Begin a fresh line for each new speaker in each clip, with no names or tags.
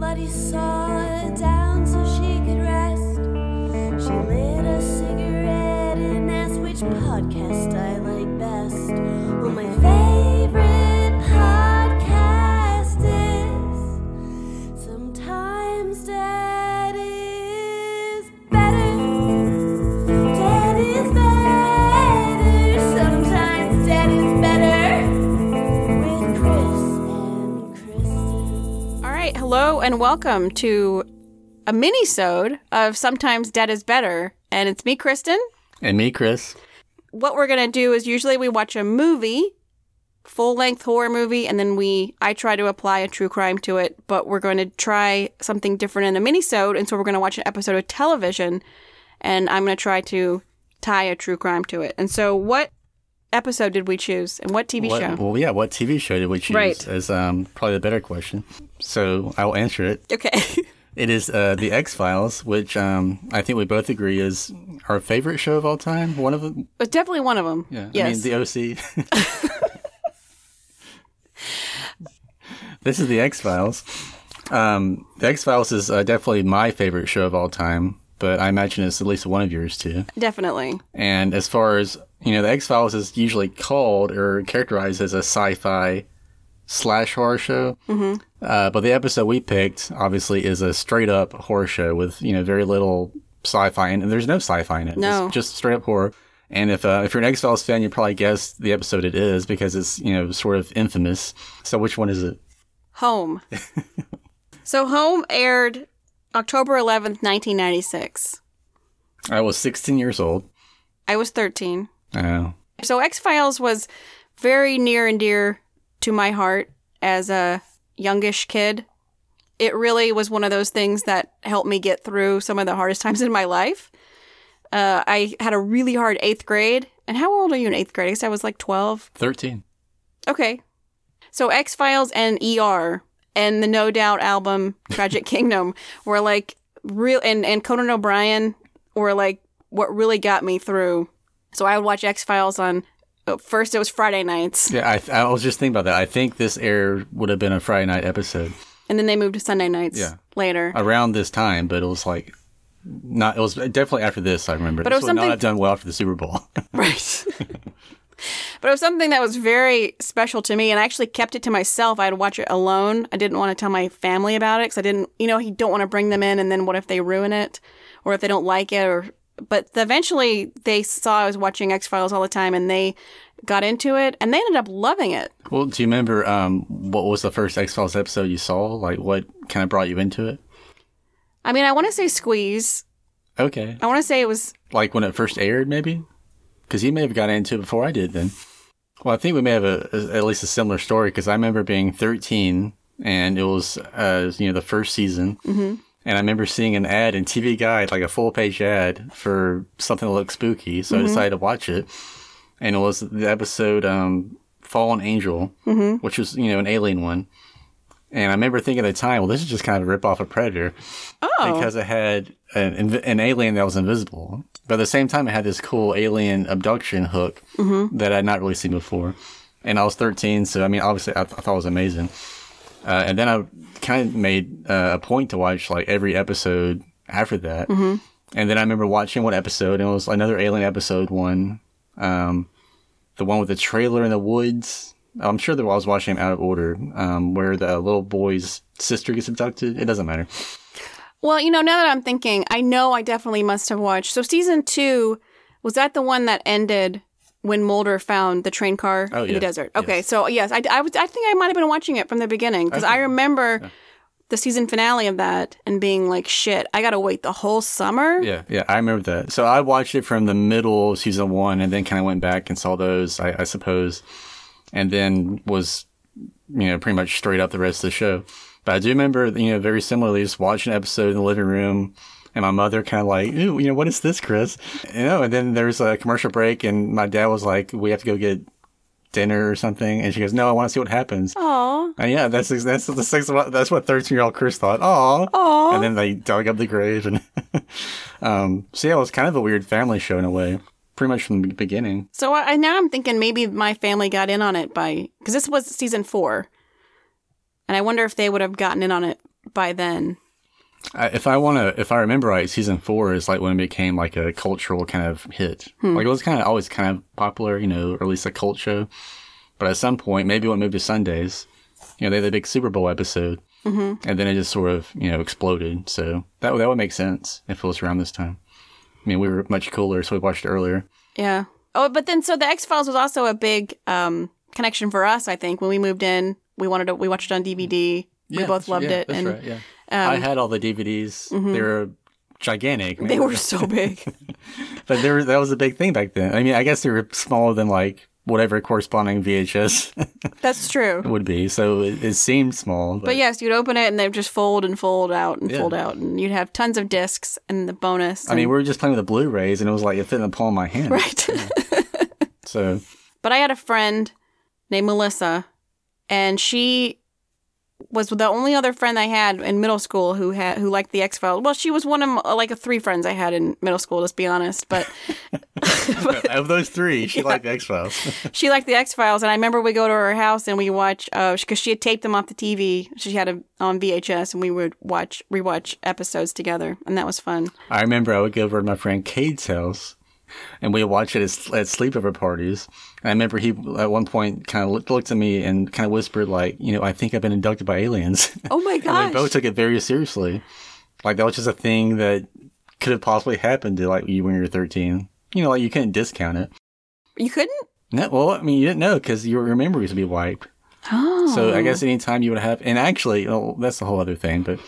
Daddy saw her down so she could rest. She lit a cigarette and asked which podcast I like best. Well, my favorite podcast is Sometimes Dad is better. Dad is better. Sometimes Dad is better. With Chris and Kristen.
All right, hello and welcome to a mini-sode of Sometimes Dead is Better, and it's me, Kristen.
And me, Chris.
What we're gonna do is usually we watch a movie, full-length horror movie, and then we I try to apply a true crime to it, but we're going to try something different in a mini-sode, and so we're gonna watch an episode of television, and I'm gonna try to tie a true crime to it. And so, what episode did we choose, and what TV
what,
show?
Well, yeah, what TV show did we choose?
Right.
Is um, probably the better question. So I'll answer it.
Okay.
It is uh, The X Files, which um, I think we both agree is our favorite show of all time. One of them.
But definitely one of them.
Yeah.
Yes.
I mean, The OC. this is The X Files. Um, the X Files is uh, definitely my favorite show of all time, but I imagine it's at least one of yours too.
definitely.
And as far as you know, the X Files is usually called or characterized as a sci-fi slash horror show. Mm-hmm. Uh, but the episode we picked, obviously, is a straight-up horror show with you know very little sci-fi, in, and there's no sci-fi in it.
No.
it's just straight-up horror. And if uh, if you're an X Files fan, you probably guess the episode it is because it's you know sort of infamous. So which one is it?
Home. so Home aired October 11th, 1996.
I was 16 years old.
I was 13.
Oh,
So X Files was very near and dear to my heart as a youngish kid. It really was one of those things that helped me get through some of the hardest times in my life. Uh, I had a really hard eighth grade. And how old are you in eighth grade? I guess I was like 12.
13.
Okay. So X Files and ER and the No Doubt album Tragic Kingdom were like real and, and Conan O'Brien were like what really got me through. So I would watch X Files on oh, first it was Friday nights
Yeah, I, I was just thinking about that. I think this air would have been a Friday night episode.
and then they moved to Sunday nights
Yeah.
later.
around this time, but it was like not. It was definitely after this. I remember.
But it was
this would
something-
not have done well after the Super Bowl.
Right. but it was something that was very special to me, and I actually kept it to myself. I'd watch it alone. I didn't want to tell my family about it because I didn't, you know, you don't want to bring them in, and then what if they ruin it, or if they don't like it, or. But eventually, they saw I was watching X Files all the time, and they got into it, and they ended up loving it.
well, do you remember um, what was the first X Files episode you saw? Like, what kind of brought you into it?
I mean, I want to say Squeeze.
Okay,
I want to say it was
like when it first aired, maybe, because you may have got into it before I did. Then, well, I think we may have a, a- at least a similar story because I remember being 13 and it was uh, you know the first season. Mm-hmm. And I remember seeing an ad in TV Guide, like a full page ad for something that looked spooky. So I decided to watch it. and it was the episode um, Fallen Angel, which was you know an alien one. And I remember thinking at the time, well, this is just kind of a ripoff of Predator, oh. because it had an, inv- an alien that was invisible, but at the same time, it had this cool alien abduction hook that I'd not really seen before. And I was 13, so I mean, obviously, I, th- I thought it was amazing. Uh, and then I kind of made uh, a point to watch like every episode after that. And then I remember watching one episode, and it was another alien episode one, um, the one with the trailer in the woods. I'm sure that I was watching them out of order, um, where the little boy's sister gets abducted. It doesn't matter.
Well, you know, now that I'm thinking, I know I definitely must have watched. So season two was that the one that ended when Mulder found the train car
Oh,
in the
yes.
desert. Okay,
Yes.
so yes, I, I was. I think I might have been watching it from the beginning because I remember the season finale of that and being like, "Shit, I gotta wait the whole summer."
Yeah, yeah, I remember that. So I watched it from the middle of season one, and then kind of went back and saw those, I, I suppose, and then was, you know, pretty much straight up the rest of the show. But I do remember, you know, very similarly, just watching an episode in the living room, and my mother kind of like, "Ooh, you know, what is this, Chris?" You know, and then there's a commercial break, and my dad was like, "We have to go get." Dinner or something, and she goes, "No, I want to see what happens."
Aw.
And yeah, that's that's the six, that's what thirteen year old Chris thought. Oh,
Aw.
and then they dug up the grave, and um, so yeah, it was kind of a weird family show in a way, pretty much from the beginning.
So I, I now I'm thinking maybe my family got in on it by because this was season four, and I wonder if they would have gotten in on it by then.
I, if I want to, if I remember right, season four is like when it became like a cultural kind of hit. Like it was kind of always kind of popular, you know, or at least a cult show. But at some point, maybe when it moved to Sundays, you know, they had the big Super Bowl episode, mm-hmm. and then it just sort of you know exploded. So that that would make sense if it was around this time. I mean, we were much cooler, so we watched it earlier.
Yeah. Oh, but then so the X Files was also a big um, connection for us. I think when we moved in, we wanted to we watched it on DVD. we
Yeah,
both
that's-
loved
yeah,
it,
That's
and um, Mm-hmm.
right. Yeah, I had all the DVDs. They were gigantic. man.
they were so big.
but there was- that was a big thing back then. I mean, I guess they were smaller than like whatever corresponding VHS
That's true.
would be. So it, it seemed small. But,
But yes, you'd open it and they'd just fold and fold out and
Yeah.
fold out, and you'd have tons of discs and the bonus.
I mean,
and-
we were just playing with the Blu-rays, and it was like it fit in the palm of my hand.
right.
So
but I had a friend named Melissa, and she was the only other friend I had in middle school who had who liked the X Files. Well, she was one of m- like three friends I had in middle school. Let's be honest, but
of those three, she liked the X Files.
she liked the X Files, and I remember we go to her house and we watch because she had taped them off the TV. She had a on VHS, and we would watch rewatch episodes together, and that was fun.
I remember I would go over to my friend Cade's house, and we'd watch it at, at sleepover parties. And I remember he at one point kind of looked, looked at me and kind of whispered, like, you know, I think I've been abducted by aliens.
Oh my
And
gosh!
we both took it very seriously. Like that was just a thing that could have possibly happened to like you when you were thirteen. You know, like you couldn't discount it.
you couldn't.
No, well, I mean, you didn't know because your memories would be wiped.
Oh,
So I guess anytime you would have, and actually, oh, that's a whole other thing. But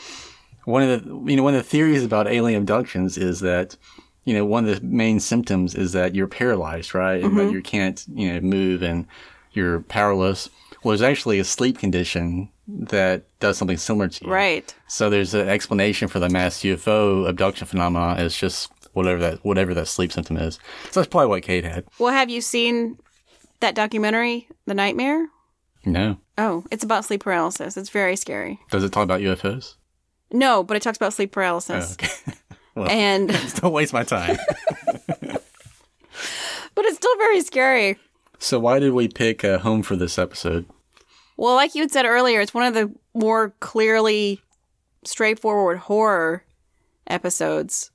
one of the, you know, one of the theories about alien abductions is that, you know, one of the main symptoms is that you're paralyzed, right, and
Mm-hmm.
that you can't, you know, move and you're powerless. Well, there's actually a sleep condition that does something similar to you.
right.
So there's an explanation for the mass UFO abduction phenomena. It's just whatever that whatever that sleep symptom is. So that's probably what Kate had.
Well, have you seen that documentary, The Nightmare?
No,
Oh, it's about sleep paralysis. It's very scary.
does it talk about UFOs?
No, but it talks about sleep paralysis.
Uh,
and
Oh, Don't waste my time.
but it's still very scary.
so why did we pick uh, home for this episode?
Well, like you had said earlier, it's one of the more clearly straightforward horror episodes.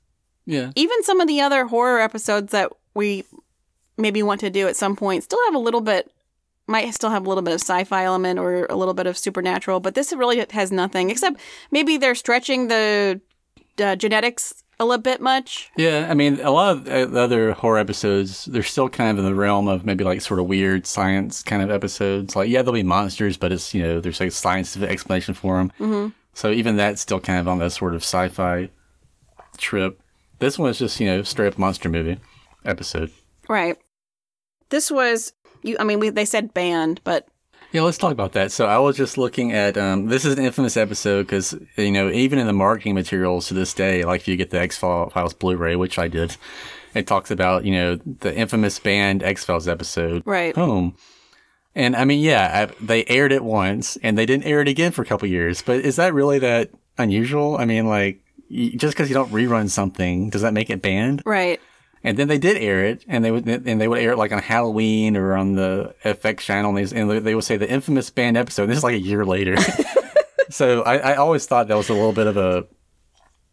Yeah,
Even some of the other horror episodes that we maybe want to do at some point still have a little bit might still have a little bit of sci-fi element or a little bit of supernatural, but this really has nothing except maybe they're stretching the uh, genetics a little bit much.
yeah. I mean, a lot of uh, the other horror episodes, they're still kind of in the realm of maybe like sort of weird science kind of episodes. Like, yeah, there'll be monsters, but it's you know there's like scientific explanation for them. Mm-hmm. So even that's still kind of on that sort of sci-fi trip. This one is just you know straight up monster movie episode.
Right. This was you. I mean, we, they said banned, but
Yeah, let's talk about that. So I was just looking at um, this is an infamous episode because you know even in the marketing materials to this day, like if you get the X Files Blu-ray, which I did, it talks about you know the infamous banned X Files episode
right.
home. And I mean, yeah, I, they aired it once, and they didn't air it again for a couple years. But is that really that unusual? I mean, like y- just because you don't rerun something, does that make it banned?
Right.
And then they did air it, and they would and they would air it like on Halloween or on the FX channel, and they, and they would say the infamous band episode. this is like a year later, so I, I always thought that was a little bit of a.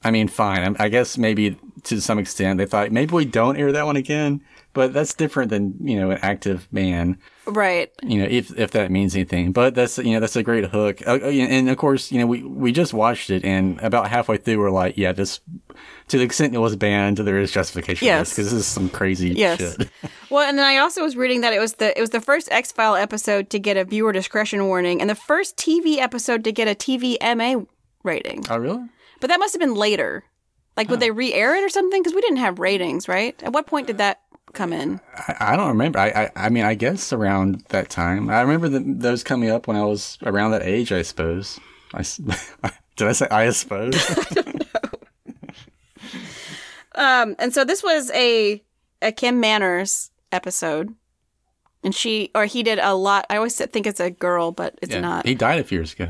I mean, fine. I, I guess maybe to some extent they thought maybe we don't air that one again, but that's different than you know an active ban
Right.
you know, if if that means anything. But that's you know that's a great hook. Uh, uh, yeah, and of course, you know, we we just watched it, and about halfway through, we're like, yeah, this to the extent it was banned, there is justification.
Yes.
because this is some crazy
Yes.
shit.
Well, and then I also was reading that it was the it was the first X File episode to get a viewer discretion warning, and the first TV episode to get a TVMA rating.
Oh, really?
But that must have been later. Like, would they re-air it or something? Because we didn't have ratings, right? At what point did that come in?
I, I don't remember. I, I I mean, I guess around that time, I remember the, those coming up when I was around that age. I suppose. I s- did I say I suppose?
Um, and so this was a a Kim Manners episode, and she or he did a lot. I always think it's a girl, but it's
Yeah.
not.
He died a few years ago.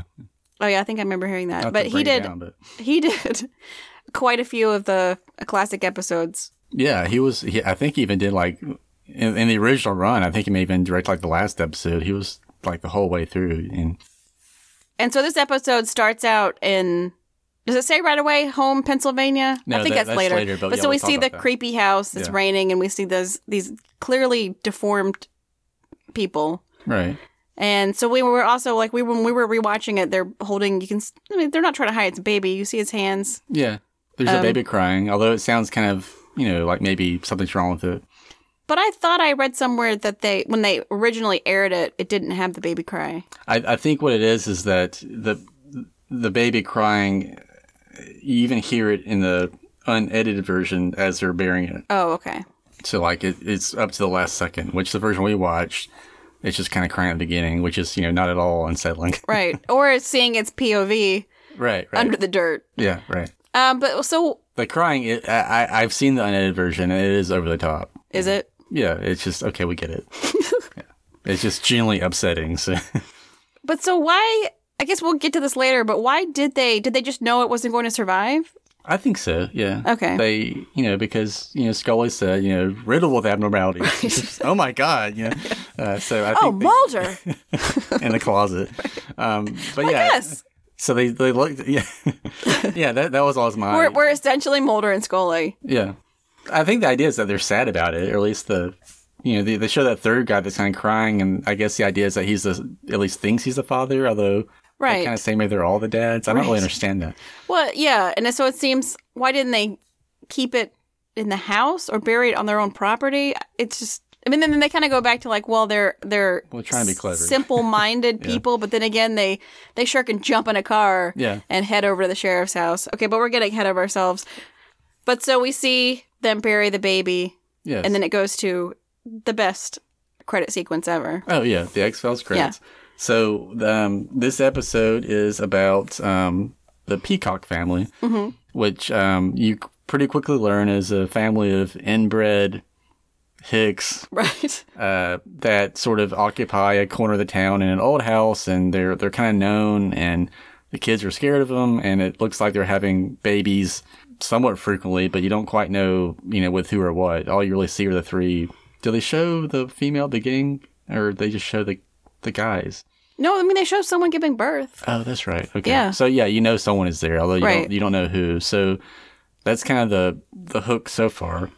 Oh yeah, I think I remember hearing that.
Not to
but he
break it
did
down, but-
he did quite a few of the classic episodes.
Yeah, he was. He, I think he even did like in, in the original run. I think he may even direct like the last episode. He was like the whole way through, and
And so this episode starts out in. Does it say right away home Pennsylvania?
No,
I think that's,
that- that's
later.
later, but yeah,
so
we'll
we
talk
see the
about that.
creepy house. It's
Yeah.
raining, and we see those these clearly deformed people.
Right.
And so we were also like we when we were rewatching it, they're holding. You can. s- I mean, they're not trying to hide its baby. You see his hands.
Yeah. Um, There's a baby crying, although it sounds kind of, you know, like maybe something's wrong with it.
But I thought I read somewhere that they when they originally aired it, it didn't have the baby cry.
I, I think what it is is that the the baby crying, you even hear it in the unedited version as they're burying it.
Oh, okay.
So like it, it's up to the last second, which the version we watched, it's just kind of crying at the beginning, which is you know not at all unsettling.
Right. or seeing its POV
right. Right.
under the dirt.
yeah. Right.
Um, but so
The crying, it, I, I- I've seen the unedited version, and it is over the top.
is it?
Yeah, it's just okay. We get it. Yeah. It's just genuinely upsetting. So
But so why? I guess we'll get to this later. But why did they? Did they just know it wasn't going to survive?
I think so. Yeah.
Okay.
They, you know, because you know Scully said, you know, riddled with abnormalities. oh my God. You know. Uh, so I
Oh,
think
Mulder.
they- in the closet. Um, but yeah.
yes,
So they they looked. Yeah. yeah. That that was always my.
we're we're essentially Mulder and Scully.
Yeah. I think the idea is that they're sad about it, or at least the, you know, they, they show that third guy that's kind of crying, and I guess the idea is that he's the, at least thinks he's the father, although
Right.
they kind of say maybe they're all the dads. I don't really understand that.
Well, yeah, and so it seems why didn't they keep it in the house or bury it on their own property? It's just I mean, then they kind of go back to like, well, they're they're
Well, trying to be clever.
simple-minded people, but then again, they they sure can jump in a car
Yeah.
and head over to the sheriff's house. Okay, but we're getting ahead of ourselves. But so we see them bury the baby,
Yeah.
and then it goes to the best credit sequence ever.
Oh yeah, the X Files credits. So um, this episode is about um, the Peacock family,
Mm-hmm.
which um, you c- pretty quickly learn is a family of inbred Hicks
Right.
uh, that sort of occupy a corner of the town in an old house, and they're they're kind of known, and the kids are scared of them, and it looks like they're having babies somewhat frequently, but you don't quite know, you know, with who or what. All you really see are the three. Do they show the female at the beginning, or they just show the the guys?
No, I mean they show someone giving birth.
Oh, that's right. Okay.
Yeah.
So yeah, you know someone is there, although you
Right.
don't you don't know who. So that's kind of the the hook so far.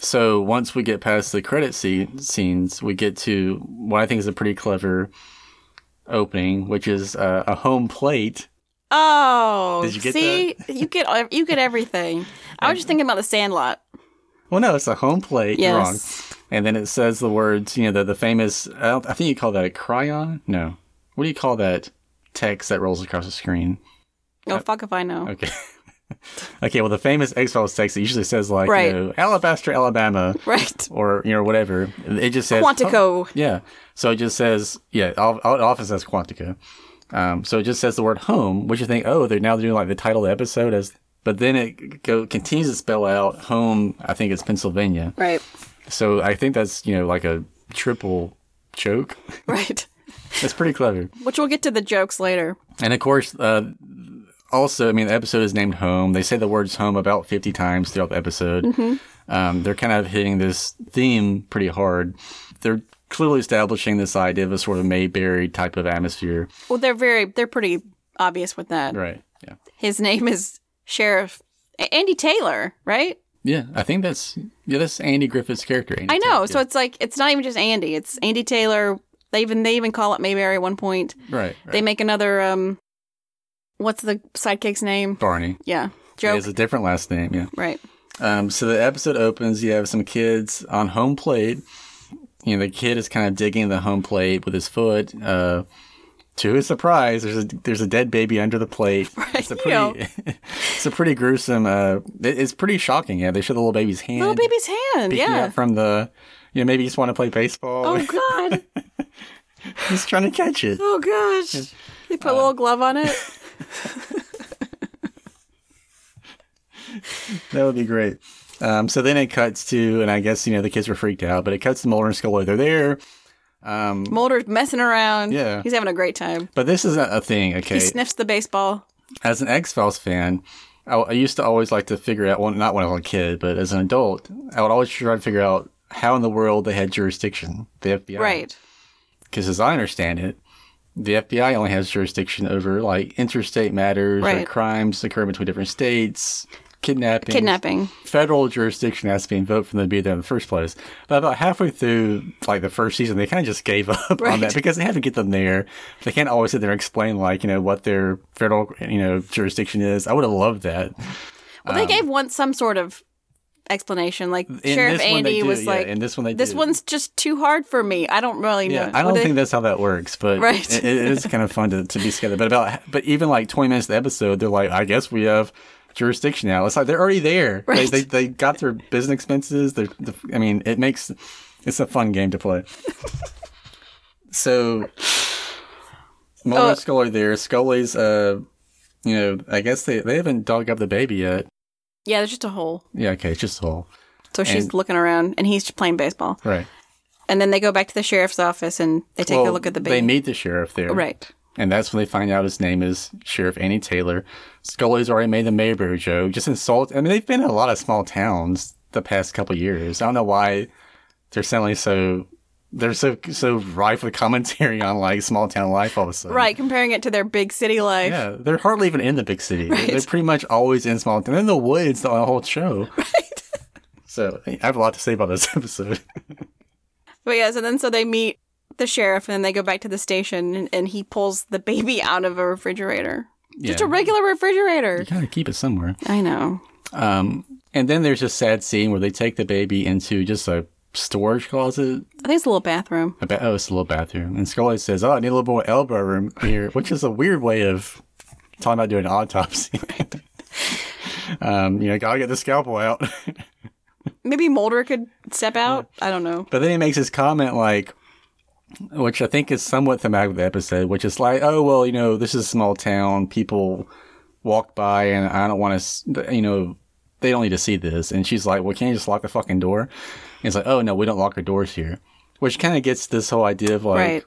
So once we get past the credit scene, scenes, we get to what I think is a pretty clever opening, which is uh, a home plate.
Oh,
Did you get
see, you get ev- you get everything. I was just thinking about the Sandlot.
Well, no, it's a home plate. You're Wrong.
Yes.
And then it says the words, you know, the, the famous. I, don't, I think you call that a cryon. No, what do you call that text that rolls across the screen?
Oh fuck if I know.
Uh, Okay. okay, well, the famous X Files text it usually says, like,
Right.
you know, Alabaster, Alabama,
Right,
or, you know, whatever. It just says oh,
Quantico.
yeah. So it just says, yeah, al- al- it often says Quantico. Um, so it just says the word home, which you think, oh, they're now doing like the title of the episode as, but then it go, continues to spell out home, I think it's Pennsylvania.
Right,
So I think that's, you know, like a triple joke.
right.
That's pretty clever.
Which we'll get to the jokes later.
And of course, uh, also, I mean, the episode is named Home. They say the words home about 50 times throughout the episode.
Mm-hmm.
Um, they're kind of hitting this theme pretty hard. They're clearly establishing this idea of a sort of Mayberry type of atmosphere.
Well, they're very they're pretty obvious with that.
Right. Yeah.
His name is Sheriff A- Andy Taylor, right?
Yeah. I think that's, yeah, that's Andy Griffith's character. Andy
I know.
Tate,
So it's like it's not even just Andy. It's Andy Taylor. They even they even call it Mayberry at one point.
yeah. Right. right.
They make another um, what's the sidekick's name?
Barney.
Yeah,
He
joke.
has a different last name. Yeah.
Right.
Um, so the episode opens. You have some kids on home plate. You know, the kid is kind of digging the home plate with his foot. Uh, to his surprise, there's a there's a dead baby under the plate. It's a
You know.
pretty it's a pretty gruesome. Uh, it- it's pretty shocking. Yeah, they show the little baby's hand.
Little baby's hand.
picking
Yeah.
up from the. You know, maybe you just want to play baseball.
Oh God!
He's trying to catch it.
Oh gosh! They put a little glove on it.
That would be great. Um, so then it cuts to, and I guess you know the kids were freaked out, but it cuts to Mulder and Scully. They're there,
Mulder's messing around.
Mm-hmm. Yeah.
he's having a great time.
but this is a, a thing. Okay,
He sniffs the baseball.
as an X Files fan, I, I used to always like to figure out, well, not when I was a kid, but as an adult, I would always try to figure out how in the world they had jurisdiction, the FBI.
Right.
Because as I understand it, the FBI only has jurisdiction over like interstate matters or
Right.
crimes occurring between different states, kidnapping.
Kidnapping.
Federal jurisdiction has to be invoked for them to be there in the first place. But about halfway through like the first season, they kind of just gave up on
Right.
that because they had to get them there. They can't always sit there and explain like you know what their federal you know jurisdiction is. I would have loved that.
Well, they gave one some sort of explanation. Like
Um, In
Sheriff
this one they
Andy
do,
was
yeah,
like,
in this one they
"This
do.
one's just too hard for me. I don't really
Yeah,
know."
I
What
don't
they-
think that's how that works, but
Right.
it, it is kind of fun to, to be together. But about but even like twenty minutes of the episode, they're like, I guess we have jurisdiction now. It's like they're already there.
Right.
They, they they got their business expenses. They're, the, I mean, it makes it's a fun game to play. so, Mulder
Oh.
and Scully there. Scully's uh, you know, I guess they they haven't dug up the baby yet.
yeah, there's just a hole.
Yeah, okay, it's just a hole.
So she's
And-
looking around, and he's playing baseball.
Right.
And then they go back to the sheriff's office, and they take a
Well,
look at the
They
baby.
meet the sheriff there.
right.
And that's when they find out his name is Sheriff Annie Taylor. Scully's already made the Mayberry joke. Just insult. I mean, they've been in a lot of small towns the past couple years. I don't know why they're suddenly so they're so so rife with commentary on like small town life all of a sudden.
Right, comparing it to their big city life.
Yeah, they're hardly even in the big city. They're- They're pretty much always in small town. They're in the woods the whole show. Right. So I have a lot to say about this episode.
But yes, and then so they meet the sheriff, and then they go back to the station, and, and he pulls the baby out of a refrigerator. Just
Yeah.
a regular refrigerator.
You gotta keep it somewhere.
I know.
Um, and then there's a sad scene where they take the baby into just a storage closet.
I think it's a little bathroom.
A ba- oh, it's a little bathroom. And Scully says, "Oh, I need a little more elbow room here," which is a weird way of talking about doing an autopsy. um, you know, gotta get the scalpel out.
Maybe Mulder could step out. I don't know.
But then he makes his comment like, which I think is somewhat thematic with the episode, which is like, oh well, you know, this is a small town. People walk by, and I don't want to, you know, they don't need to see this. And she's like, well, can't you just lock the fucking door? And it's like, oh no, we don't lock our doors here. Which kind of gets this whole idea of like,
Right.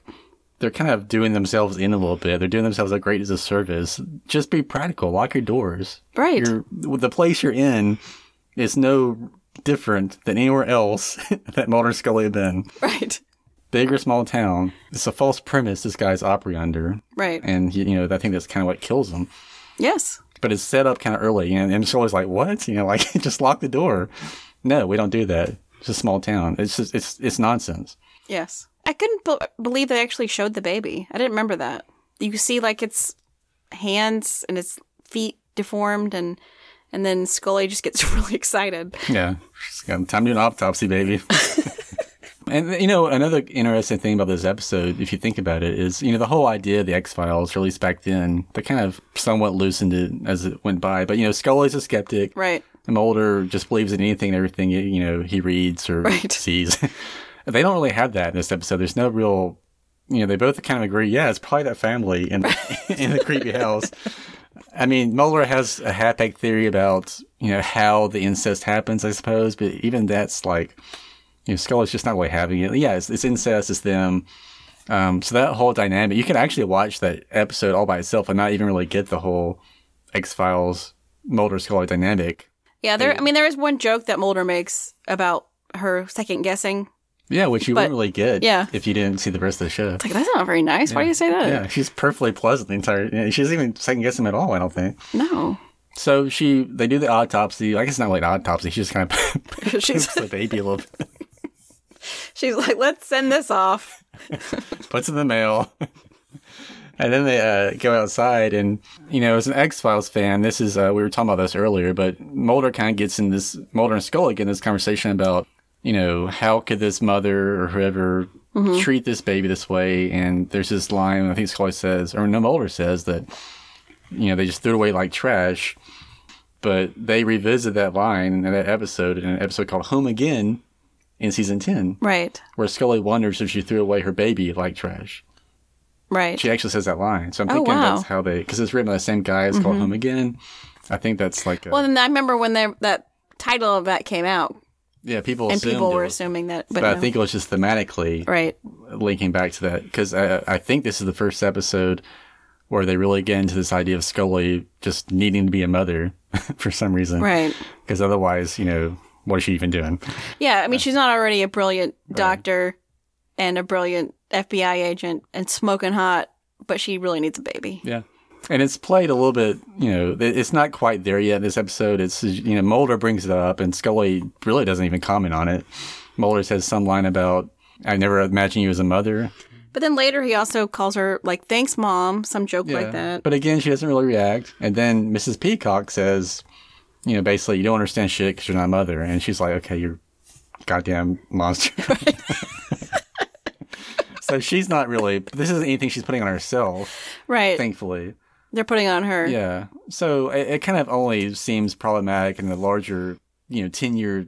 they're kind of doing themselves in a little bit. They're doing themselves a great disservice. Just be practical. Lock your doors.
Right.
You're, the place you're in is no different than anywhere else that Mulder and Scully have been.
Right.
Big or small town, it's a false premise this guy's operating under.
Right.
And, you know, I think that's kind of what kills him.
yes.
But it's set up kind of early. And, and Scully's like, what? You know, like, just lock the door. No, we don't do that. It's a small town. It's just, it's, it's nonsense.
Yes. I couldn't be- believe they actually showed the baby. I didn't remember that. You see like its hands and its feet deformed and and then Scully just gets really excited.
Yeah. She's got time to do an autopsy, baby. and, you know, another interesting thing about this episode, if you think about it, is, you know, the whole idea of the X Files, or at least back then, they kind of somewhat loosened it as it went by. But, you know, Scully's a skeptic.
Right.
Mulder just believes in anything and everything, you know, he reads or
Right.
sees. they don't really have that in this episode. There's no real. You know, they both kind of agree. Yeah, it's probably that family in in the creepy house. I mean, Mulder has a half-baked theory about you know how the incest happens, I suppose, but even that's like, you know, Scully's just not really having it. Yeah, it's, it's incest, it's them. Um, so that whole dynamic, you can actually watch that episode all by itself and not even really get the whole X Files Mulder Scully dynamic.
Yeah, there I mean there is one joke that Mulder makes about her second guessing.
Yeah, which you
But-
wouldn't really get
yeah.
if you didn't see the rest of the show.
It's like that's not very nice. Why do you say that?
Yeah, she's perfectly pleasant the entire. Yeah, she doesn't even second guess him at all. I don't think.
No.
So she, they do the autopsy. I guess it's not like an autopsy. She just kind of
she's
poops the baby a little bit,
she's like, let's send this off.
puts it in the mail, and then they uh, go outside. And you know, as an X Files fan, this is uh, we were talking about this earlier, but Mulder kind of gets in this Mulder and Scully get in this conversation about you know how could this mother or whoever treat this baby this way? And there's this line I think Scully says, or no, Mulder says that you know they just threw it away like trash. But they revisit that line in that episode in an episode called Home Again in season 10
Right.
where Scully wonders if she threw away her baby like trash.
Right.
She actually says that line, so I'm
Oh,
thinking
wow. Mm-hmm.
that's how they because it's written by the same guy. It's called Home Again. I think that's like a,
well then I remember when there that title of that came out
yeah, people
and
assumed
people
it
were
was-
assuming that but,
but I
no.
think it was just thematically
Right.
linking back to that because I, I think this is the first episode where they really get into this idea of Scully just needing to be a mother for some reason,
Right.
Because otherwise, you know, what is she even doing?
Yeah, I mean, she's not already a brilliant doctor and a brilliant FBI agent and smoking hot but she really needs a baby.
Yeah. And it's played a little bit, you know, th- it's not quite there yet this episode. It's, you know, Mulder brings it up and Scully really doesn't even comment on it. Mulder says some line about, I never imagined you as a mother.
But then later he also calls her like, "Thanks, mom," some joke like that.
But again, she doesn't really react. And then Mrs. Peacock says, you know, basically, you don't understand shit because you're not a mother. And she's like, okay, you're a goddamn monster. so she's not really, this isn't anything she's putting on herself,
right?
thankfully.
They're putting on her.
Yeah. So it, it kind of only seems problematic in the larger, you know, 10 year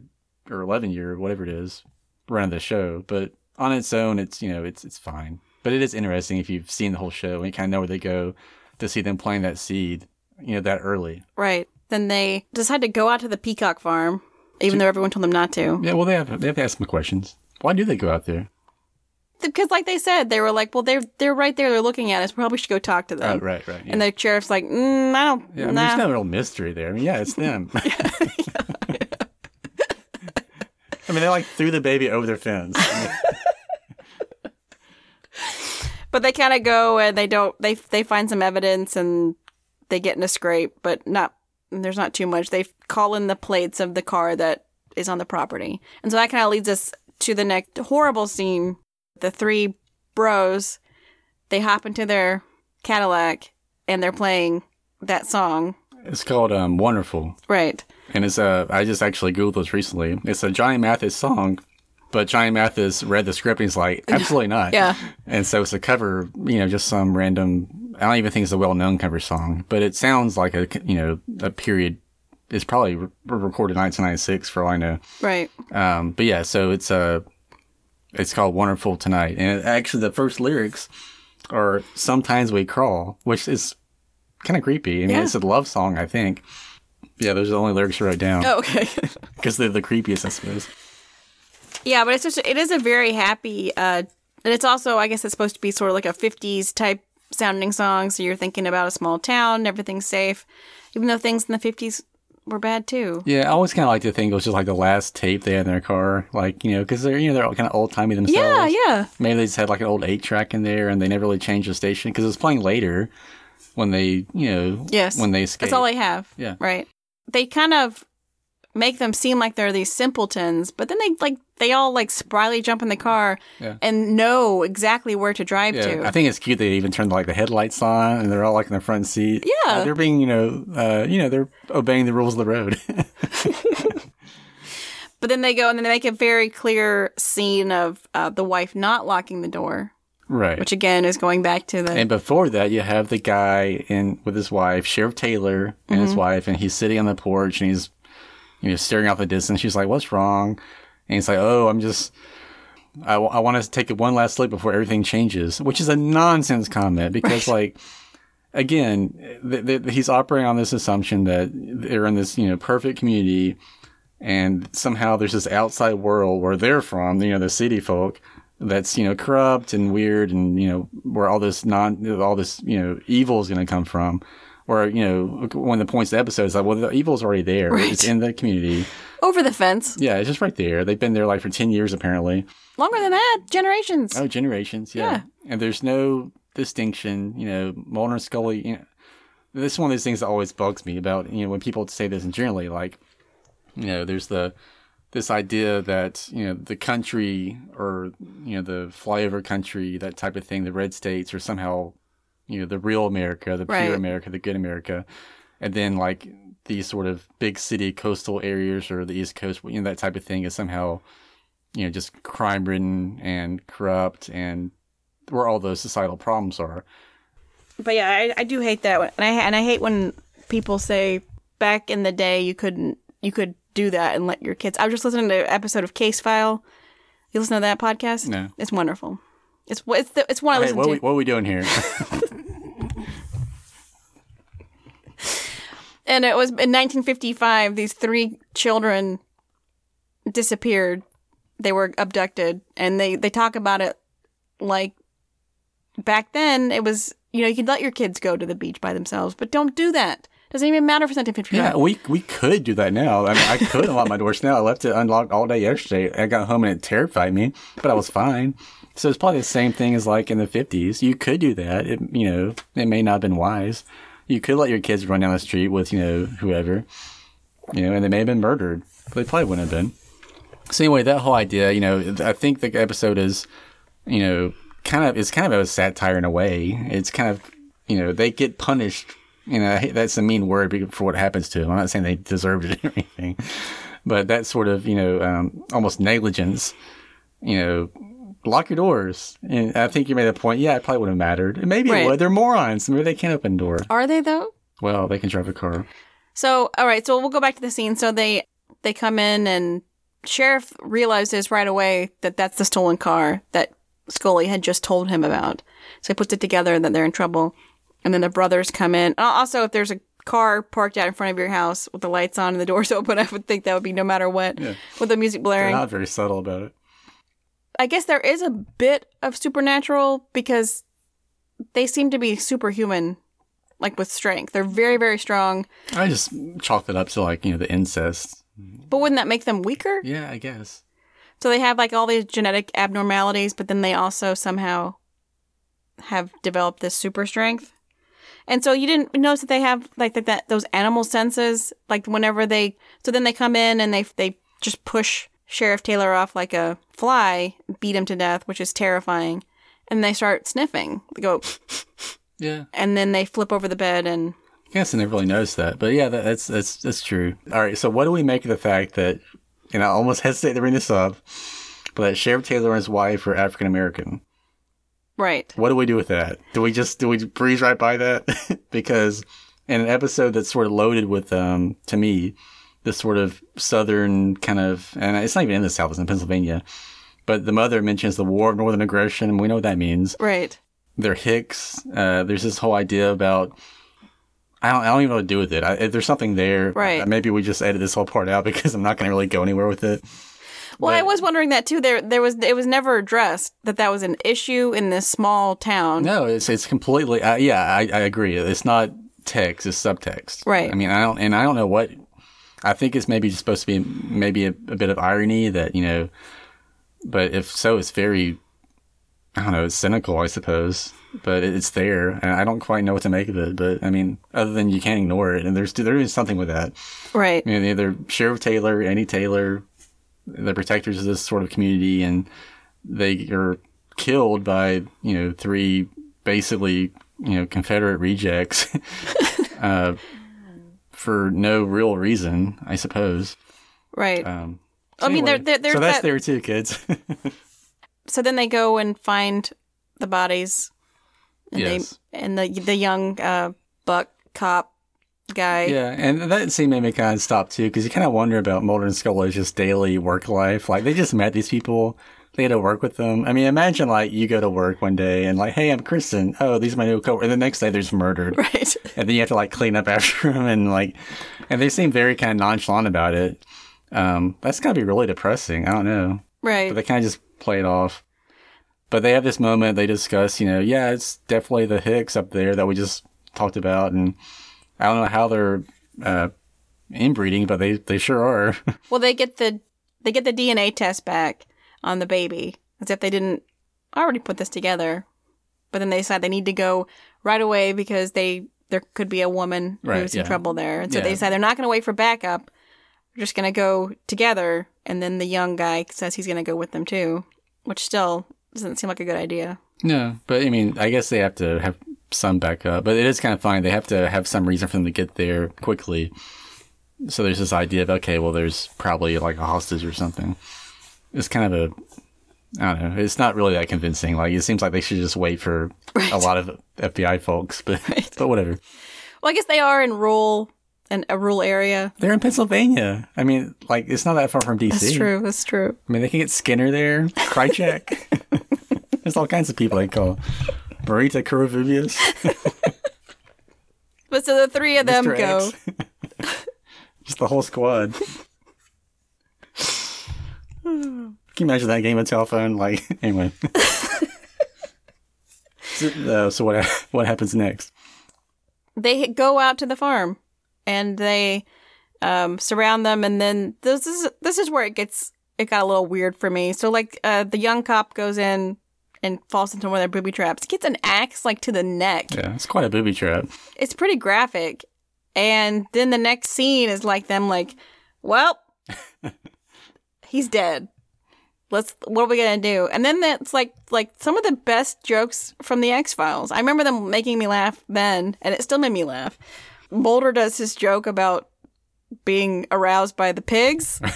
or 11 year, whatever it is, run of the show. But on its own, it's, you know, it's, it's fine. But it is interesting if you've seen the whole show and you kind of know where they go to see them playing that seed, you know, that early.
Right. Then they decide to go out to the peacock farm, even though everyone told them not to.
Yeah. Well, they have, they have to ask some questions. Why do they go out there?
Because, like they said, they were like, "Well, they're they're right there. They're looking at us. Probably should go talk to them."
Oh, right, right. Yeah.
And the sheriff's like, mm, "I don't.
yeah, I mean,
nah."
there's no real mystery there. I mean, yeah, it's them. I mean, they like threw the baby over their fence. I mean,
But they kind of go and they don't. They they find some evidence and they get in a scrape, but not. There's not too much. They call in the plates of the car that is on the property, and so that kind of leads us to the next horrible scene. The three bros, they hop into their Cadillac and they're playing that song.
it's called um, "Wonderful,"
Right.
and it's uh, I just actually googled this recently. It's a Johnny Mathis song, but Johnny Mathis read the script and he's like, "Absolutely not."
Yeah.
And so it's a cover, you know, just some random. I don't even think it's a well-known cover song, but it sounds like a you know a period. It's probably re- recorded 1996 for all I know.
Right.
Um, but yeah, so it's uh, it's called Wonderful Tonight, and it- actually the first lyrics are "Sometimes we crawl," which is kind of creepy. I mean,
Yeah.
it's a love song, I think. Yeah, those are the only lyrics I wrote down
Oh, okay.
because they're the creepiest, I suppose.
yeah, but it's just it is a very happy uh and it's also I guess it's supposed to be sort of like a 50s type sounding song, so you're thinking about a small town, everything's safe, even though things in the 50s were bad too.
Yeah, I always kind of like to think it was just like the last tape they had in their car, like you know, because they're you know they're all kind of old timey themselves.
Yeah, yeah.
Maybe they just had like an old eight track in there, and they never really changed the station because it was playing later when they you know
Yes.
when they escaped.
That's all they have.
Yeah.
Right. They kind of make them seem like they're these simpletons, but then they like they all like spryly jump in the car
Yeah.
and know exactly where to drive
Yeah,
to.
I think it's cute they even turned like the headlights on, and they're all like in the front seat.
Yeah.
Uh, they're being you know, uh, you know, they're obeying the rules of the road.
But then they go and then they make a very clear scene of uh, the wife not locking the door,
right.
which again is going back to the
and before that, you have the guy in with his wife, Sheriff Taylor, and his wife, and he's sitting on the porch and he's, you know, staring off the distance. She's like, "What's wrong?" And he's like, "Oh, I'm just." I, w- I want to take one last look before everything changes, which is a nonsense comment because, like, again, th- th- he's operating on this assumption that they're in this you know perfect community, and somehow there's this outside world where they're from, you know, the city folk that's you know corrupt and weird, and you know where all this non all this you know evil is going to come from. Or you know, one of the points of the episode is like, well, the evil's already there. It's
Right.
in the community.
over the fence.
Yeah, it's just right there. They've been there like for ten years apparently.
Longer than that, generations.
Oh, generations, yeah. And there's no distinction, you know, Mulder and Scully. You know, this is one of those things that always bugs me about, you know, when people say this, and generally, like, you know, there's the this idea that you know the country or you know the flyover country, that type of thing, the red states are somehow, you know, the real America, the
Right.
pure America, the good America, and then like these sort of big city coastal areas or the East Coast, you know, that type of thing is somehow you know, just crime ridden and corrupt and where all those societal problems are.
But yeah, I, I do hate that one, and I and I hate when people say back in the day you couldn't you could do that and let your kids. I was just listening to an episode of Case File. You listen to that podcast?
No.
it's wonderful. It's it's the, it's one I
Hey,
listen
what,
to.
we, what are we doing here?
And it was in 1955, these three children disappeared. They were abducted, and they, they talk about it like back then it was, you know, you could let your kids go to the beach by themselves, but don't do that. Doesn't even matter for 1955.
yeah, we we could do that now. I mean, I could unlock my doors now. I left it unlocked all day yesterday. I got home and it terrified me, but I was fine. So it's probably the same thing as like in the 50s. You could do that. It, you know, it may not have been wise. You could let your kids run down the street with, you know, whoever, you know, and they may have been murdered. But they probably wouldn't have been. So anyway, that whole idea, you know, th- I think the episode is, you know, kind of, it's kind of a satire in a way. It's kind of, you know, they get punished. You know, I hate- that's a mean word be- for what happens to them. I'm not saying they deserved it or anything, but that sort of, you know, um, almost negligence, you know, lock your doors. And I think you made a point. Yeah, it probably would have mattered. And Maybe
Right.
it would. They're morons. Maybe they can't open door.
Are they though?
Well, they can drive a car.
So, all right. So we'll go back to the scene. So they they come in, and sheriff realizes right away that that's the stolen car that Scully had just told him about. So he puts it together that they're in trouble, and then the brothers come in. Al- Also, if there's a car parked out in front of your house with the lights on and the doors open, I would think that would be no matter what
Yeah.
with the music
They're
blaring.
not very subtle about it.
I guess there is a bit of supernatural because they seem to be superhuman, like with strength. They're very, very strong.
I just chalked it up to like, you know, the incest.
But wouldn't that make them weaker?
Yeah, I guess.
So they have like all these genetic abnormalities, but then they also somehow have developed this super strength. And so you didn't notice that they have like that, that those animal senses, like whenever they so then they come in and they they just push Sheriff Taylor off like a fly, beat him to death, which is terrifying. And they start sniffing. They go
Yeah.
and then they flip over the bed and
I guess I never really noticed that, but yeah, that, that's that's that's true. All right, so what do we make of the fact that, and I almost hesitate to bring this up, but that Sheriff Taylor and his wife are African American?
right.
What do we do with that? Do we just do we breeze right by that? because in an episode that's sort of loaded with, um, to me, this sort of southern kind of, and it's not even in the South; it's in Pennsylvania. But the mother mentions the War of Northern Aggression, and we know what that means.
Right.
they're Hicks. Uh, there's this whole idea about I don't, I don't even know what to do with it. I, if there's something there,
Right.
uh, Maybe we just edit this whole part out because I'm not going to really go anywhere with it.
Well, I
But-
was wondering that too. There, there was it was never addressed that that was an issue in this small town.
No, it's it's completely. Uh, yeah, I, I agree. It's not text. It's subtext.
Right.
I mean, I don't, and I don't know what. I think it's maybe supposed to be maybe a, a bit of irony that you know, but if so, it's very. I don't know. It's cynical, I suppose, but it- it's there, and I don't quite know what to make of it. But I mean, other than you can't ignore it, and there's there is something with that.
Right.
I mean, either Sheriff Taylor, Annie Taylor, the protectors of this sort of community, and they are killed by you know three basically you know Confederate rejects uh, for no real reason, I suppose.
Right.
Um,
I mean, there,
anyway,
there, there's
so that's
that.
there too, kids.
So then they go and find the bodies. And
Yes.
They, and the the young uh, buck cop guy.
yeah, and that scene made me kind of stop too because you kind of wonder about Mulder and Scully's just daily work life. Like they just met these people. They had to work with them. I mean, imagine like you go to work one day and like, hey, I'm Kristen. Oh, these are my new coworkers. And the next day, they're just murdered.
Right.
and then you have to like clean up after them and like and they seem very kind of nonchalant about it um that's gotta be really depressing i don't know but
Right.
they kind of just play it off but they have this moment they discuss you know yeah it's definitely the hicks up there that we just talked about and i don't know how they're uh inbreeding but they they sure are
Well, they get the they get the DNA test back on the baby as if they didn't already put this together. But then they decide they need to go right away because they there could be a woman
Right,
who's in
yeah.
trouble there, and so they
Yeah.
decide they're not going to wait for backup. They're just going to go together, and then the young guy says he's going to go with them too, which still doesn't seem like a good idea.
no but i mean i guess they have to have some backup but it is kind of funny they have to have some reason for them to get there quickly so there's this idea of okay, well, there's probably like a hostage or something. It's kind of a, I don't know. It's not really that convincing. Like it seems like they should just wait for a lot of FBI folks, but but whatever.
Well, I guess they are in rural in a rural area.
They're in Pennsylvania. I mean, like it's not that far from DC.
That's true. That's true.
I mean, they can get Skinner there, Krychek. there's all kinds of people they call. Marita Covarrubias,
But so the three of them
Mr.
go.
X. just the whole squad. Can you imagine that game of telephone? Like, anyway. so, uh, so what what happens next?
they go out to the farm and they um, surround them and then this is this is where it gets it got a little weird for me so like uh, the young cop goes in and falls into one of their booby traps. Gets an axe like to the neck.
Yeah, it's quite a booby trap.
It's pretty graphic. And then the next scene is like them like, well, he's dead. Let's what are we gonna do? And then that's like like some of the best jokes from the X Files. I remember them making me laugh then, and it still made me laugh. Boulder does his joke about being aroused by the pigs.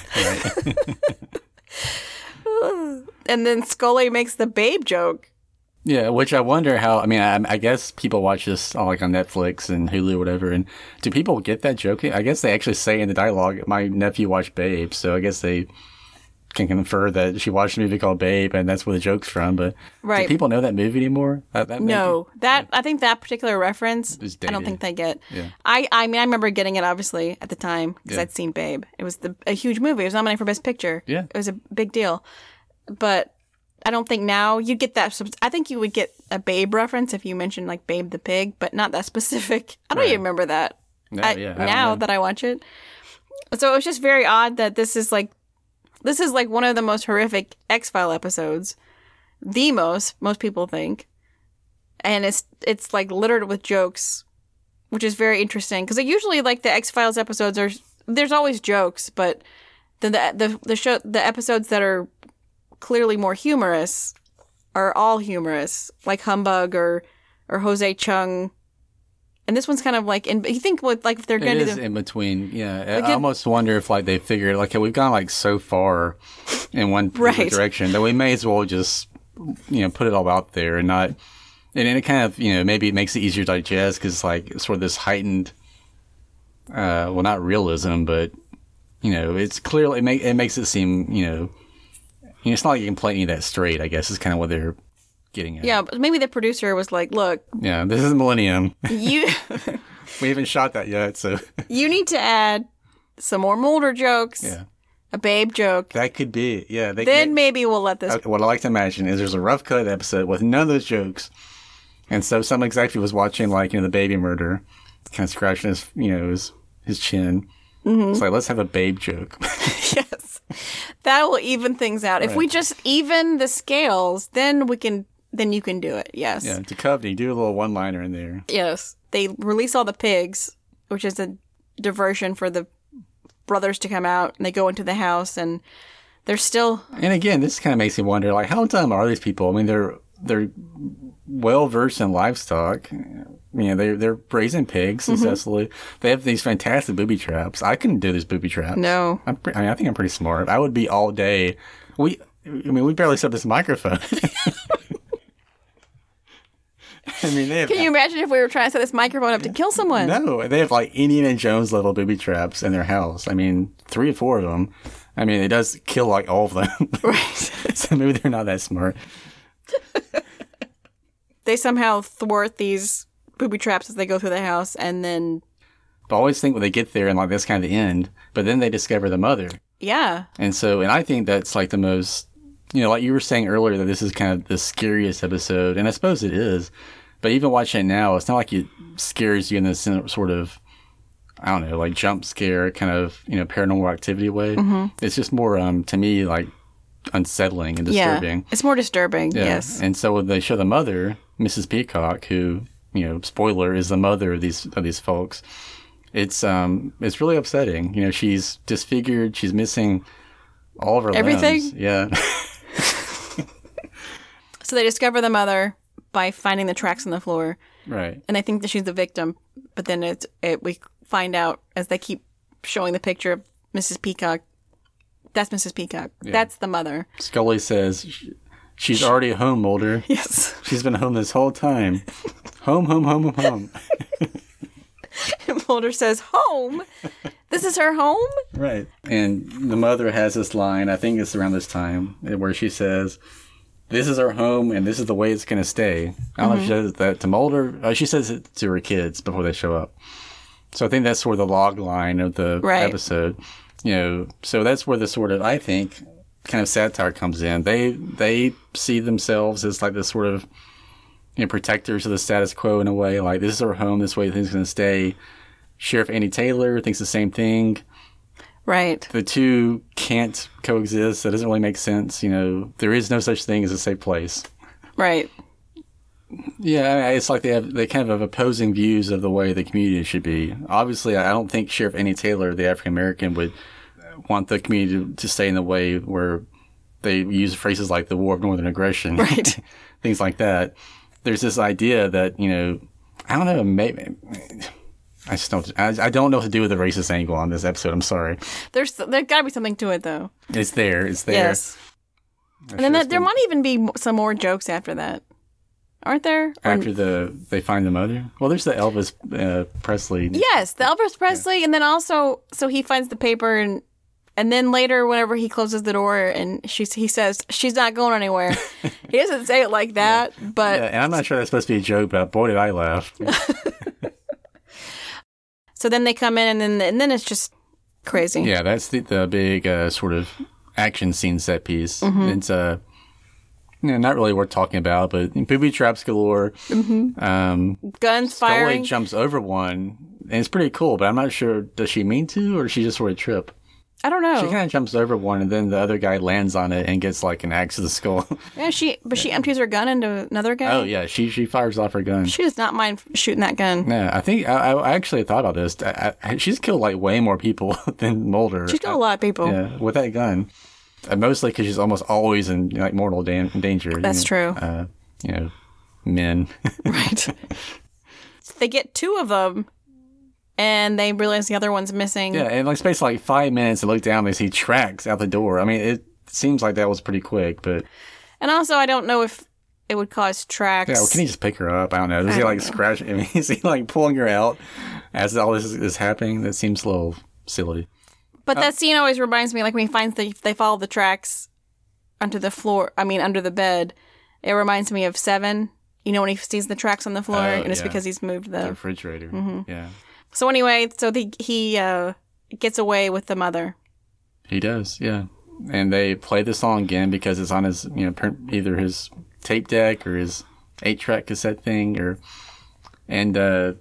Right.
and then Scully makes the babe joke.
yeah, which I wonder how. I mean, I, I guess people watch this all like on Netflix and Hulu, or whatever. And do people get that joke? I guess they actually say in the dialogue, "My nephew watched Babe," so I guess they can confer that she watched a movie called Babe, and that's where the joke's from. But
Right.
do people know that movie anymore? That, that may
No, that I think that particular reference,
It's
I don't
dated.
think they get.
Yeah.
I I mean, I remember getting it obviously at the time because
Yeah.
I'd seen Babe. It was the, a huge movie. It was nominated for Best Picture.
Yeah.
it was a big deal. But I don't think now you'd get that. sub- I think you would get a Babe reference if you mentioned like Babe the pig, but not that specific. I don't
Right.
even remember that.
No,
I,
yeah, I don't
now
know.
that I watch it. So it was just very odd that this is like this is like one of the most horrific X File episodes. The most most people think. And it's it's like littered with jokes, which is very interesting because usually like the X Files episodes are there's always jokes, but the the the, the show the episodes that are clearly more humorous are all humorous, like Humbug or or Jose Chung. And this one's kind of like, and you think what like if they're
It
going to
is
do
in between, yeah. I-
Like
I
it-
almost wonder if like they figured like hey, we've gone like so far in one particular
Right.
direction that we may as well just you know put it all out there and not. And then it kind of you know maybe it makes it easier to digest because like sort of this heightened, uh, well not realism but you know it's clearly it, make, it makes it seem you know, you know it's not like you can play any of that straight I guess is kind of what they're getting at
yeah, but maybe the producer was like, look,
yeah this is Millennium
you
we haven't shot that yet so
you need to add some more Mulder jokes,
yeah
a Babe joke.
that could be yeah they
Then
they-
maybe we'll let this.
Okay, what I like to imagine is there's a rough cut episode with none of those jokes, and so some executive was watching like you know the baby murder, kind of scratching his you know his his chin. It's like let's have a babe joke.
yes, that will even things out. If we just even the scales, then we can. Then you can do it. Yes.
yeah, Duchovny, do a little one liner in there.
Yes. They release all the pigs, which is a diversion for the brothers to come out, and they go into the house, and they're still
And again, this kind of makes me wonder like how dumb are these people? I mean, they're they're well versed in livestock. You know, they're they're raising pigs
Mm-hmm.
successfully. They have these fantastic booby traps. I couldn't do these booby traps.
no.
I'm pre- I mean, I think I'm pretty smart. I would be all day. We, I mean, we barely set up this microphone. I mean, they have
Can you imagine if we were trying to set this microphone up to kill someone?
no, they have like Indiana Jones level booby traps in their house. I mean, three or four of them. I mean, it does kill like all of them.
Right.
so maybe they're not that smart.
They somehow thwart these booby traps as they go through the house, and then
But I always think when they get there and like that's kind of the end. But then they discover the mother.
yeah,
And so, and I think that's like the most, you know, like you were saying earlier that this is kind of the scariest episode, and I suppose it is. But even watching it now, it's not like it scares you in this sort of, I don't know, like jump scare kind of, you know, paranormal activity way.
Mm-hmm.
It's just more, um, to me, like unsettling and disturbing.
yeah, it's more disturbing.
Yeah.
Yes.
And so when they show the mother, Mrs. Peacock, who you know, spoiler, is the mother of these of these folks. It's um, it's really upsetting. You know, she's disfigured. She's missing all of her
Everything?
limbs. Yeah,
So they discover the mother by finding the tracks on the floor.
right.
and I think that she's the victim. But then it's it we find out as they keep showing the picture of Mrs. Peacock. That's Mrs. Peacock. That's the mother.
Scully says sh- she's already home, Mulder.
Yes.
She's been home this whole time. Home, home, home, home, home.
Mulder says, "Home. This is her home."
Right. And the mother has this line, I think it's around this time, where she says, This is our home and this is the way it's going to stay. I don't know if she says that to Mulder. Uh, she says it to her kids before they show up. So I think that's sort of the log line of the
Right.
episode. You know, so that's where the sort of, I think, kind of satire comes in. They they see themselves as like this sort of you know, protectors of the status quo in a way. Like this is our home, this way things are going to stay. Sheriff Andy Taylor thinks the same thing
Right.
the two can't coexist. That doesn't really make sense. You know, there is no such thing as a safe place.
Right.
Yeah, I- it's like they have they kind of have opposing views of the way the community should be. Obviously, I don't think Sheriff Annie Taylor, the African American, would want the community to stay in the way where they use phrases like the War of Northern Aggression,
Right.
things like that. There's this idea that you know, I don't know, maybe. I just don't. I, I don't know what to do with the racist angle on this episode. I'm sorry.
There's there got to be something to it though.
It's there. It's there.
Yes. And then that, there might even be m- some more jokes after that, aren't there? Or-
after the they find the mother. Well, there's the Elvis uh, Presley.
yes, the Elvis Presley, and then also so he finds the paper and. And then later, whenever he closes the door and she, he says, she's not going anywhere. he doesn't say it like that, but
Yeah, and I'm not sure that's supposed to be a joke, but boy, did I laugh.
so then they come in and then, and then it's just crazy.
yeah, that's the, the big uh, sort of action scene set piece. It's uh, you know, not really worth talking about, but booby traps galore. Um,
Guns
Scully
firing.
jumps over one, and it's pretty cool, but I'm not sure does she mean to or does she just sort of trip?
I don't know.
She kind of jumps over one, and then the other guy lands on it and gets like an axe to the skull.
yeah, she, but she empties her gun into another guy.
oh yeah, she she fires off her gun.
She does not mind shooting that gun.
yeah, I think I, I actually thought about this. I, I, she's killed like way more people than Mulder.
She's killed a lot of people.
Yeah, with that gun, uh, mostly because she's almost always in like mortal dan- danger. you
That's
know,
true.
Uh, you know, men.
Right. they get two of them, and they realize the other one's missing.
yeah, and like space like five minutes to look down, they see tracks out the door. I mean, it seems like that was pretty quick, but
And also, I don't know if it would cause tracks.
yeah, well, can he just pick her up? I don't know. Is he like scratching? I mean, is he like pulling her out as all this is, is happening? That seems a little silly.
but
uh,
that scene always reminds me, like when he finds the they follow the tracks under the floor. I mean, under the bed. It reminds me of Seven. You know when he sees the tracks on the floor,
Oh,
and it's
yeah. Mm-hmm.
because he's moved
The
the.
refrigerator. Yeah,
So anyway, so the, he uh, gets away with the mother.
he does. Yeah, and they play the song again because it's on his you know per- either his tape deck or his eight track cassette thing or and uh,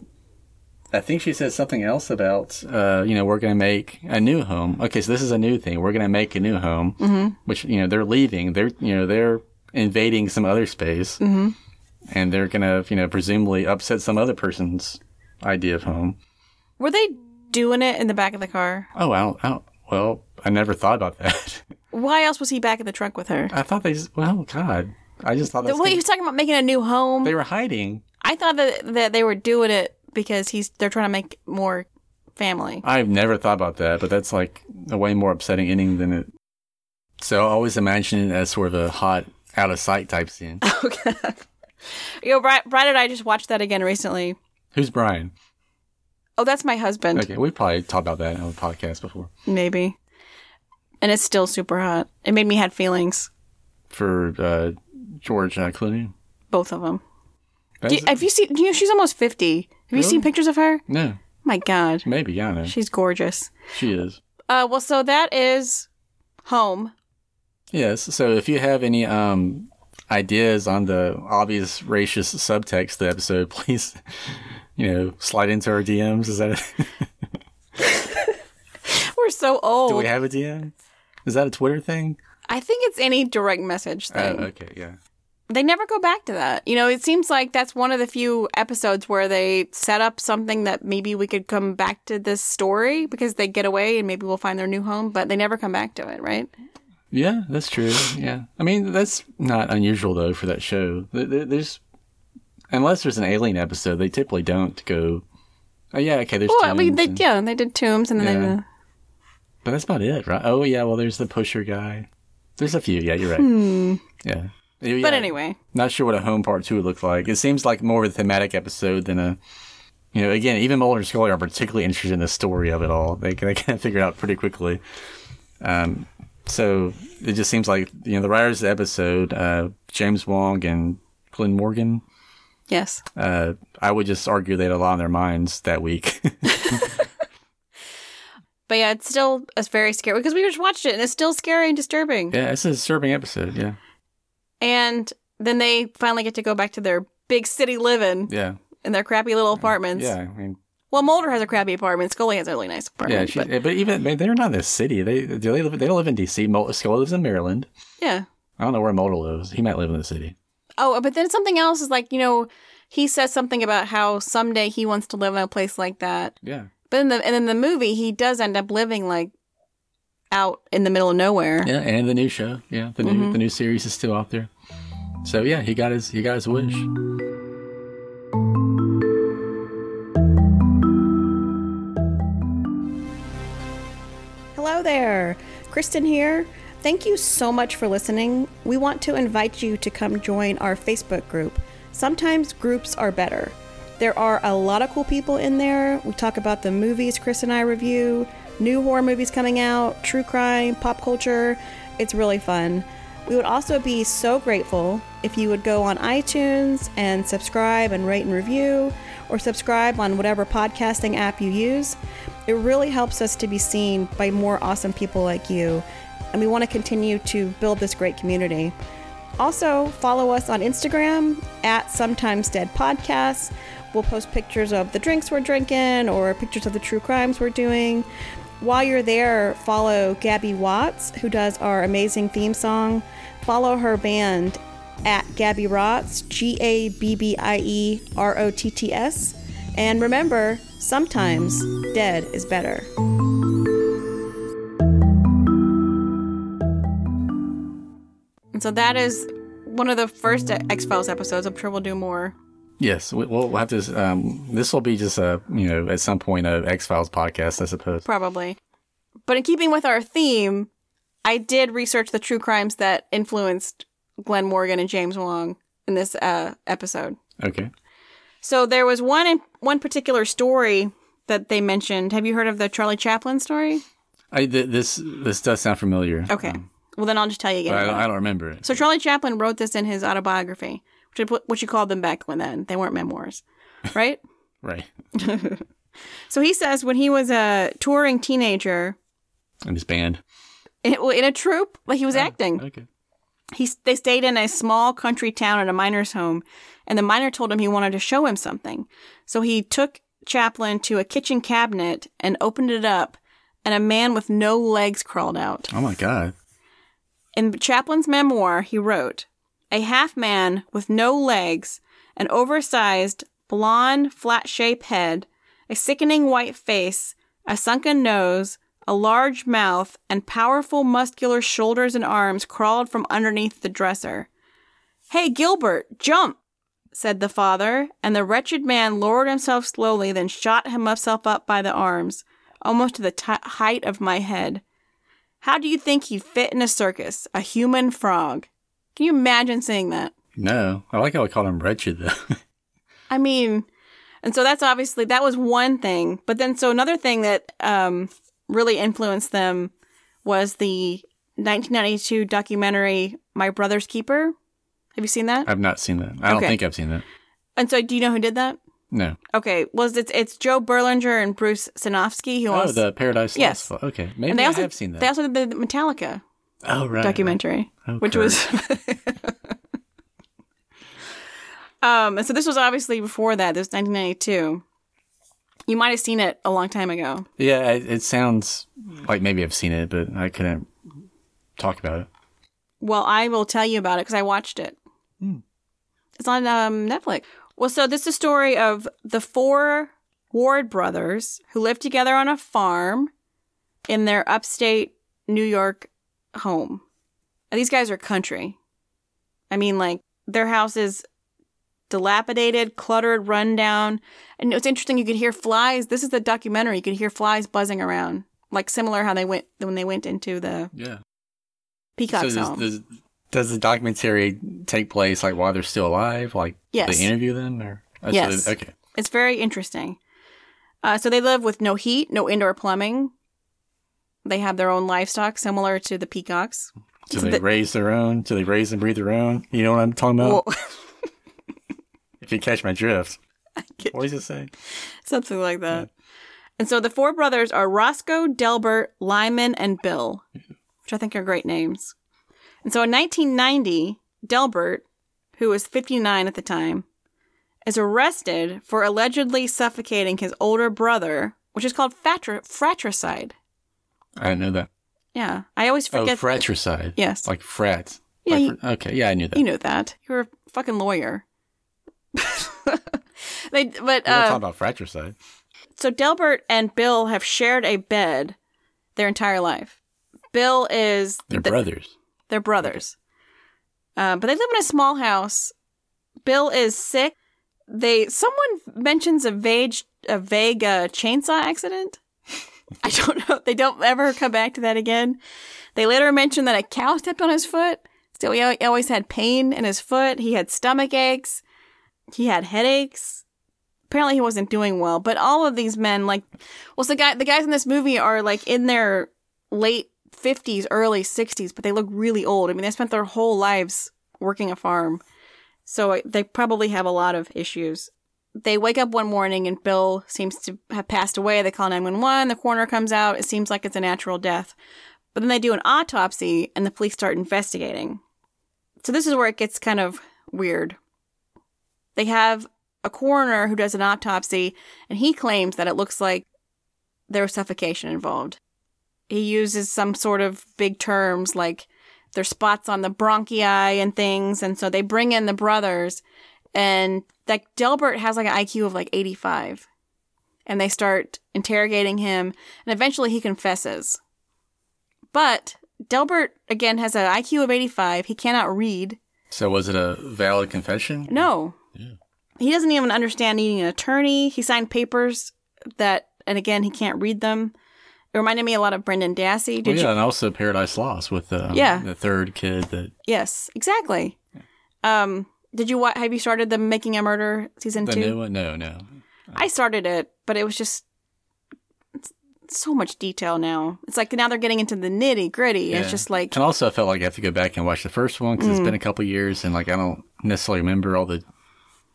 I think she said something else about uh, you know we're gonna make a new home. Okay, so this is a new thing. We're gonna make a new home, mm-hmm. which you know they're leaving. They're you know they're invading some other space, mm-hmm. and they're gonna you know presumably upset some other person's idea of home.
Were they doing it in the back of the car?
Oh, I don't. I don't well, I never thought about that.
Why else was he back in the trunk with her?
I thought they just, well, God. I just thought Oh, that's
Well, he
good.
was talking about making a new home.
they were hiding.
I thought that that they were doing it because he's they're trying to make more family.
I've never thought about that, but that's like a way more upsetting ending than it. So I always imagine it as sort of a hot, out of sight type scene.
Okay. You know, Bri- Brad and I just watched that again recently.
Who's Brian?
Oh, that's my husband,
Okay, we probably talked about that on the podcast before.
maybe. And it's still super hot. It made me had feelings,
For uh, George uh, Clooney?
both of them. Do you,
That's-
have you seen? You know, she's almost fifty. Have you seen pictures of her?
no,
My God,
maybe. I don't know.
she's gorgeous.
She is.
Uh, well, so that is home.
Yes. So if you have any um, ideas on the obvious racist subtext of the episode, please, you know, slide into our DMs. Is that a,
We're so old.
do we have a DM? Is that a Twitter thing?
I think it's any direct message
Uh,
thing.
okay. Yeah.
they never go back to that. You know, it seems like that's one of the few episodes where they set up something that maybe we could come back to this story because they get away and maybe we'll find their new home, but they never come back to it, right?
Yeah, that's true. Yeah. I mean, that's not unusual though for that show. There- there- There's unless there's an alien episode, they typically don't go. Oh yeah. Okay. There's.
Well, I mean,
tombs
they,
and-
yeah, they did tombs and then
Yeah. But that's about it, right? Oh yeah. Well, there's the pusher guy. There's a few. Yeah, you're right. Yeah.
they. Hmm. But anyway,
Not sure what a home part two would look like. It seems like more of a thematic episode than a, you know, again, even Mulder and Scully are particularly interested in the story of it all. They they kind of figure it out pretty quickly. Um, so it just seems like you know the writers of the episode, uh, James Wong and Glenn Morgan.
yes.
Uh, I would just argue they had a lot on their minds that week.
But yeah, it's still it's very scary because we just watched it and it's still scary and disturbing.
yeah, it's a disturbing episode. Yeah,
And then they finally get to go back to their big city living
yeah,
in their crappy little apartments.
yeah. I mean,
Well, Mulder has a crappy apartment. Scully has a really nice
yeah.
apartment.
She,
but,
but, even man, they're not in the city. They do they live. They don't live in D.C. Mulder Scully lives in Maryland.
yeah.
I don't know where Mulder lives. He might live in the city.
Oh, but then something else is like, you know, he says something about how someday he wants to live in a place like that.
Yeah.
But in the and in the movie, he does end up living like out in the middle of nowhere.
Yeah, and the new show. Yeah, the new
Mm-hmm.
the new series is still out there. So yeah, he got his he got his wish.
Hello there. Kristen here. Thank you so much for listening. We want to invite you to come join our Facebook group. Sometimes groups are better. There are a lot of cool people in there. We talk about the movies Chris and I review, new horror movies coming out, true crime, pop culture. It's really fun. We would also be so grateful if you would go on iTunes and subscribe and rate and review, or subscribe on whatever podcasting app you use. It really helps us to be seen by more awesome people like you, and we want to continue to build this great community. Also, follow us on Instagram at Sometimes Dead Podcasts. We'll post pictures of the drinks we're drinking or pictures of the true crimes we're doing. While you're there, follow Gabby Watts, who does our amazing theme song. Follow her band at Gabby Rotts, G A B B I E R O T T S. And remember, sometimes dead is better. And so that is one of the first X Files episodes. I'm sure we'll do more.
Yes, we, we'll, we'll have to. Um, this will be just a you know at some point a X Files podcast, I suppose.
probably. But in keeping with our theme, I did research the true crimes that influenced Glenn Morgan and James Wong in this uh, episode.
Okay.
So there was one in, one particular story that they mentioned. Have you heard of the Charlie Chaplin story?
I th- this this does sound familiar.
Okay. Well, then I'll just tell you again.
But I, don't- I don't remember it.
So Charlie Chaplin wrote this in his autobiography, which is what you called them back when then. They weren't memoirs, right?
Right.
so he says when he was a touring teenager
And his band.
in in a troupe, like he was acting.
Okay.
he they stayed in a small country town in a miner's home and the miner told him he wanted to show him something so he took chaplin to a kitchen cabinet and opened it up and a man with no legs crawled out
Oh my god.
in chaplin's memoir he wrote a half man with no legs an oversized blonde flat-shaped head a sickening white face a sunken nose a large mouth and powerful muscular shoulders and arms crawled from underneath the dresser. Hey, Gilbert, jump! said the father, and the wretched man lowered himself slowly, then shot himself up by the arms, almost to the t- height of my head. How do you think he'd fit in a circus, a human frog? Can you imagine saying that?
No, I like how I called him wretched though.
I mean, and so that's obviously that was one thing. But then, so another thing that um, really influenced them was the 1992 documentary "My Brother's Keeper." Have you seen that?
I've not seen that. I don't
Okay.
think I've seen that.
And so, do you know who did that?
No.
Okay, was it's it's Joe Berlinger and Bruce Sinofsky who
Oh,
also
the Paradise Lost.
Yes.
Fo- Okay. Maybe
and they
I
also
have seen that.
they also did the Metallica
oh right.
documentary,
Oh,
which
Kurt.
was. Um, and so this was obviously before that. This was 1992. You might have seen it a long time ago.
Yeah, it, it sounds like maybe I've seen it, but I couldn't talk about it.
Well, I will tell you about it because I watched it. It's on um, Netflix. Well, so this is a story of the four Ward brothers who lived together on a farm in their upstate New York home. And these guys are country. I mean, like, their house is dilapidated, cluttered, run down. And it's interesting, you could hear flies. This is the documentary. You could hear flies buzzing around, like similar how they went when they went into the
Yeah.
peacock's
so
home.
does, does, does the documentary take place like while they're still alive? Like
Yes.
they interview them or oh, so
Yes.
they- okay.
It's very interesting. Uh, so they live with no heat, no indoor plumbing. They have their own livestock, similar to the peacocks.
Do
So
they
the-
raise their own? Do they raise and breed their own? You know what I'm talking about?
Well,
if you catch my drift.
get-
What does it say?
something like that. And so the four brothers are Roscoe, Delbert, Lyman, and Bill, which I think are great names. And so in 1990, Delbert, who was 59 at the time, is arrested for allegedly suffocating his older brother, which is called fatri- fratricide.
I didn't know that.
Yeah, I always
Oh,
forget.
fratricide.
Yes.
Like frat.
Yeah,
Like
you-
fr- okay. Yeah, I knew that.
You know that. You're a fucking lawyer. they, but
We're not
uh,
talking about fratricide.
so Delbert and Bill have shared a bed their entire life. Bill is
They're
the-
brothers.
They're brothers. Uh, but they live in a small house. Bill is sick. They someone mentions a vague a vague uh, chainsaw accident. I don't know. They don't ever come back to that again. They later mention that a cow stepped on his foot. So he al- always had pain in his foot. He had stomach aches. He had headaches. Apparently he wasn't doing well. But all of these men, like, well, so the guy the guys in this movie are like in their late 50s, early 60s, but they look really old. I mean, they spent their whole lives working a farm. So uh, they probably have a lot of issues. They wake up one morning and Bill seems to have passed away. They call 911. The coroner comes out. It seems like it's a natural death. But then they do an autopsy and the police start investigating. So this is where it gets kind of weird. They have a coroner who does an autopsy and he claims that it looks like there was suffocation involved he uses some sort of big terms like there's spots on the bronchi and things and so they bring in the brothers and like delbert has like an iq of like 85 and they start interrogating him and eventually he confesses but delbert again has an iq of 85 he cannot read
So was it a valid confession?
no. He doesn't even understand needing an attorney. He signed papers that, and again, he can't read them. It reminded me a lot of Brendan Dassey. Did
Well, Oh, yeah,
you?
and also Paradise Lost with um,
Yeah.
the third kid that
Yes, exactly. Um, did you wa- have you started the Making a Murder season
the
two?
new one. No, no.
I started it, but it was just it's- it's so much detail now. It's like now they're getting into the nitty gritty. It's
Yeah.
just like
And also, I felt like I have to go back and watch the first one
Mm.
because it's been a couple years, and like I don't necessarily remember all the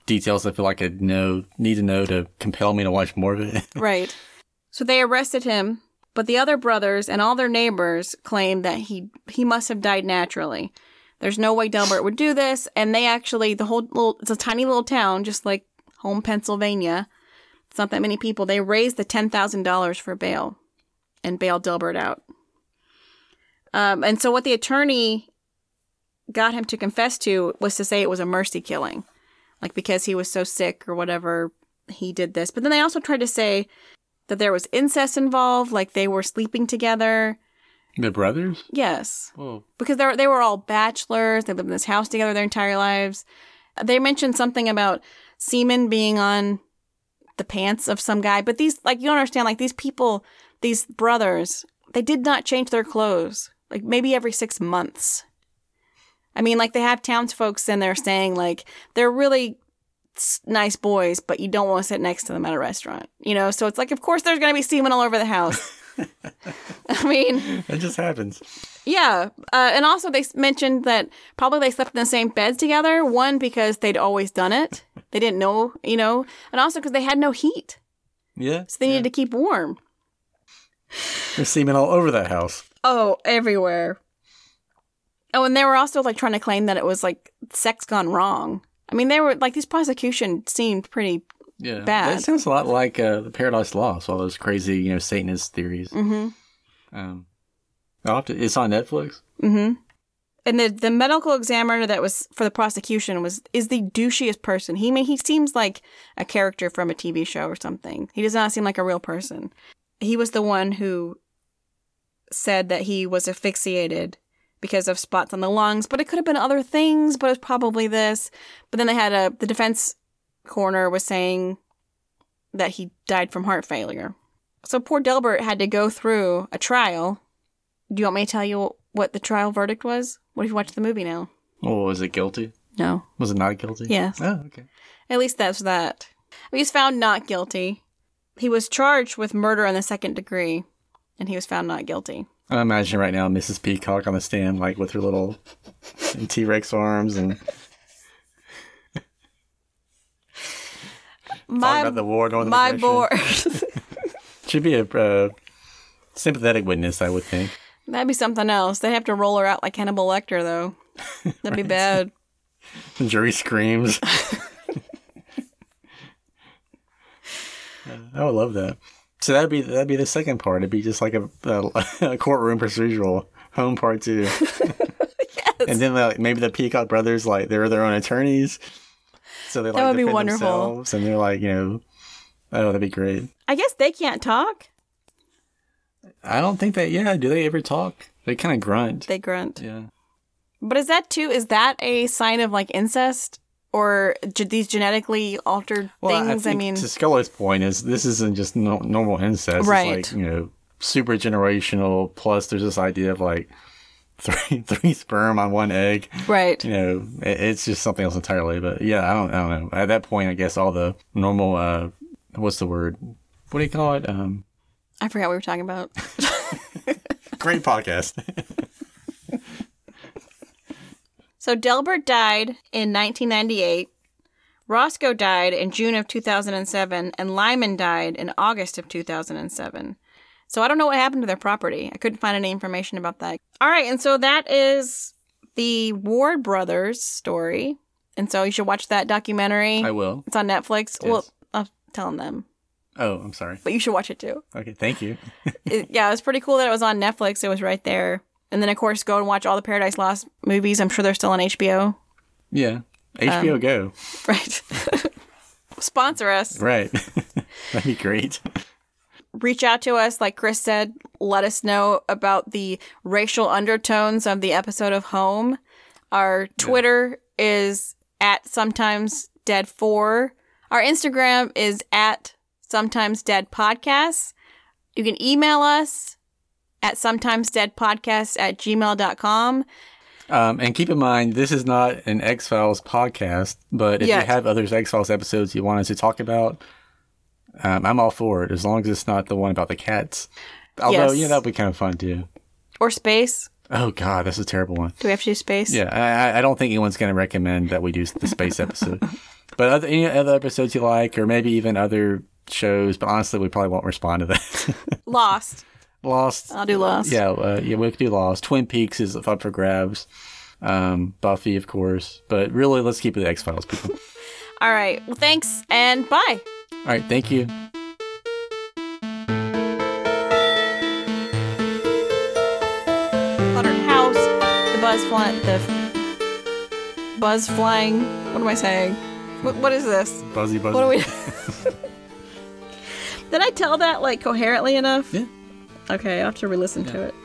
details. I feel like I know need to know to compel me to watch more of it.
Right. So they arrested him, but the other brothers and all their neighbors claim that he he must have died naturally. There's no way Delbert would do this, and they actually the whole little it's a tiny little town, just like home Pennsylvania. It's not that many people. They raised the ten thousand dollars for bail, and bailed Delbert out. Um, and so what the attorney got him to confess to was to say it was a mercy killing, like because he was so sick or whatever he did this. But then they also tried to say that there was incest involved, like they were sleeping together.
the brothers?
Yes,
Well,
because they were, they were all bachelors. They lived in this house together their entire lives. They mentioned something about semen being on the pants of some guy, but these like you don't understand. Like these people, these brothers, they did not change their clothes. Like maybe every six months. I mean, like they have townsfolks in there saying like they're really s- nice boys, but you don't want to sit next to them at a restaurant, you know. So it's like, of course, there's gonna be semen all over the house. I mean,
it just happens.
yeah, uh, and also they s- mentioned that probably they slept in the same beds together. One because they'd always done it; they didn't know, you know, and also because they had no heat,
Yeah,
so they needed to keep warm.
there's semen all over that house.
Oh, everywhere. Oh, and they were also like trying to claim that it was like sex gone wrong. I mean, they were like these prosecution seemed pretty.
Yeah,
Bad.
That sounds a lot like uh, the Paradise Lost. All those crazy, you know, Satanist theories.
Mm-hmm.
Um, I'll have to, it's on Netflix.
Mm-hmm. And the the medical examiner that was for the prosecution was is the douchiest person. He may he seems like a character from a TV show or something. He does not seem like a real person. He was the one who said that he was asphyxiated because of spots on the lungs, but it could have been other things, but it was probably this. But then they had a the defense coroner was saying that he died from heart failure. So poor Delbert had to go through a trial do you want me to tell you what the trial verdict was? What if you watch the movie now?
Oh, was it guilty?
No.
Was it not guilty?
Yes.
Oh, okay.
At least that's that. He was found not guilty. He was charged with murder in the second degree, and he was found not guilty.
I'm imagining right now Mrs. Peacock on the stand, like with her little T Rex arms and talking
My,
about the war going
my
the
board.
She'd be a uh, sympathetic witness, I would think.
That'd be something else. They'd have to roll her out like Hannibal Lecter, though. That'd be bad.
The jury screams. I would love that. So that'd be that'd be the second part. It'd be just like a, a, a courtroom procedural home part two. and then like maybe the Peacock brothers like they're their own attorneys, so they like
That would be
defend
wonderful.
themselves, and they're like you know, oh that'd be great.
I guess they can't talk.
I don't think that yeah. Do they ever talk? They kind of grunt.
They grunt.
yeah.
But is that too? Is that a sign of like incest or ge- these genetically altered
Well,
things?
I,
I,
think
mean,
to Skella's point is this isn't just no, normal incest.
Right.
It's like you know, super generational. Plus, there's this idea of like three three sperm on one egg.
right?
You know, it, it's just something else entirely. But yeah, I don't, I don't know. At that point, I guess all the normal, uh, what's the word? What do you call it? Um,
I forgot what we were talking about.
great podcast.
So Delbert died in 1998. Roscoe died in June of 2007, and Lyman died in August of 2007. So I don't know what happened to their property. I couldn't find any information about that. All right, and so that is the Ward brothers story. And so you should watch that documentary.
I will.
It's on Netflix. Well,
Yes.
I'm telling them,
Oh, I'm sorry.
but you should watch it too.
Okay, thank you.
It- yeah, it was pretty cool that it was on Netflix. It was right there. And then, of course, go and watch all the Paradise Lost movies. I'm sure they're still on HBO.
Yeah,
Um,
HBO Go.
Right. Sponsor us.
Right, that'd be great.
Reach out to us. Like Chris said, let us know about the racial undertones of the episode of Home. Our Twitter is at sometimes dead four. Our Instagram is at sometimes dead podcasts. You can email us at sometimes dead podcasts at gmail.com.
Um, and keep in mind, this is not an X Files podcast, but if
Yet.
you have other X Files episodes you want us to talk about, um, I'm all for it, as long as it's not the one about the cats. Although,
Yes.
yeah, that'd be kind of fun too.
Or space.
Oh, God, that's a terrible one.
Do we have to do space?
Yeah, I, I- I don't think anyone's going to recommend that we do the space episode. But other, any other episodes you like, or maybe even other shows, but honestly, we probably won't respond to that.
Lost.
Lost.
I'll do Lost.
Yeah, uh, yeah, we could do Lost. Twin Peaks is up for grabs. Um, Buffy, of course, but really, let's keep it the X Files people.
All right. Well, thanks and bye.
All right, thank you.
Cluttered house. The buzz flying. The f- buzz flying. What am I saying? What, what is this?
Buzzy, buzzy.
What are we? Did I tell that like coherently enough?
Yeah.
Okay, I'll have to re-listen to it.